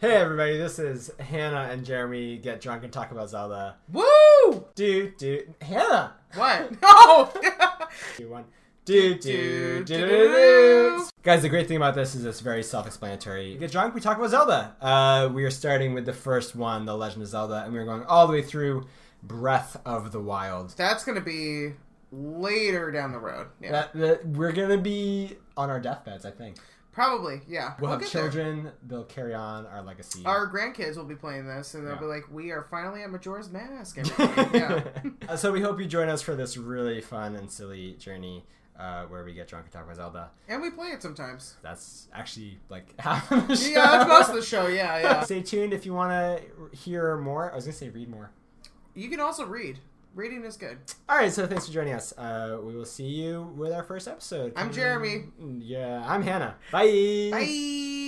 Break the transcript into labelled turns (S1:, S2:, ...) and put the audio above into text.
S1: Hey everybody, this is Hannah and Jeremy get drunk and talk about Zelda.
S2: Woo!
S1: Do do Hannah.
S2: What? No!
S1: Do one. Do do do do do. Guys, the great thing about this is it's very self-explanatory. We get drunk, we talk about Zelda. Uh, we are starting with the first one, The Legend of Zelda, and we're going all the way through Breath of the Wild.
S2: That's gonna be later down the road. Yeah.
S1: That, that- Uh, we're gonna be on our deathbeds, I think.
S2: Probably, yeah.
S1: We'll, have
S2: get there.
S1: children. They'll carry on our legacy.
S2: Our grandkids will be playing this, and they'll
S1: Yeah.
S2: be like, "We are finally at Majora's Mask." everybody." yeah.
S1: Uh, so we hope you join us for this really fun and silly journey uh, where we get drunk and talk about Zelda.
S2: And we play it sometimes.
S1: That's actually like half of the show.
S2: Yeah, that's most of the show. Yeah, yeah.
S1: Stay tuned if you want to hear more. I was gonna say read more.
S2: You can also read. Reading is good.
S1: All right, so thanks for joining us. Uh, we will see you with our first episode.
S2: I'm
S1: coming-
S2: Jeremy.
S1: Yeah, I'm Hannah. Bye.
S2: Bye.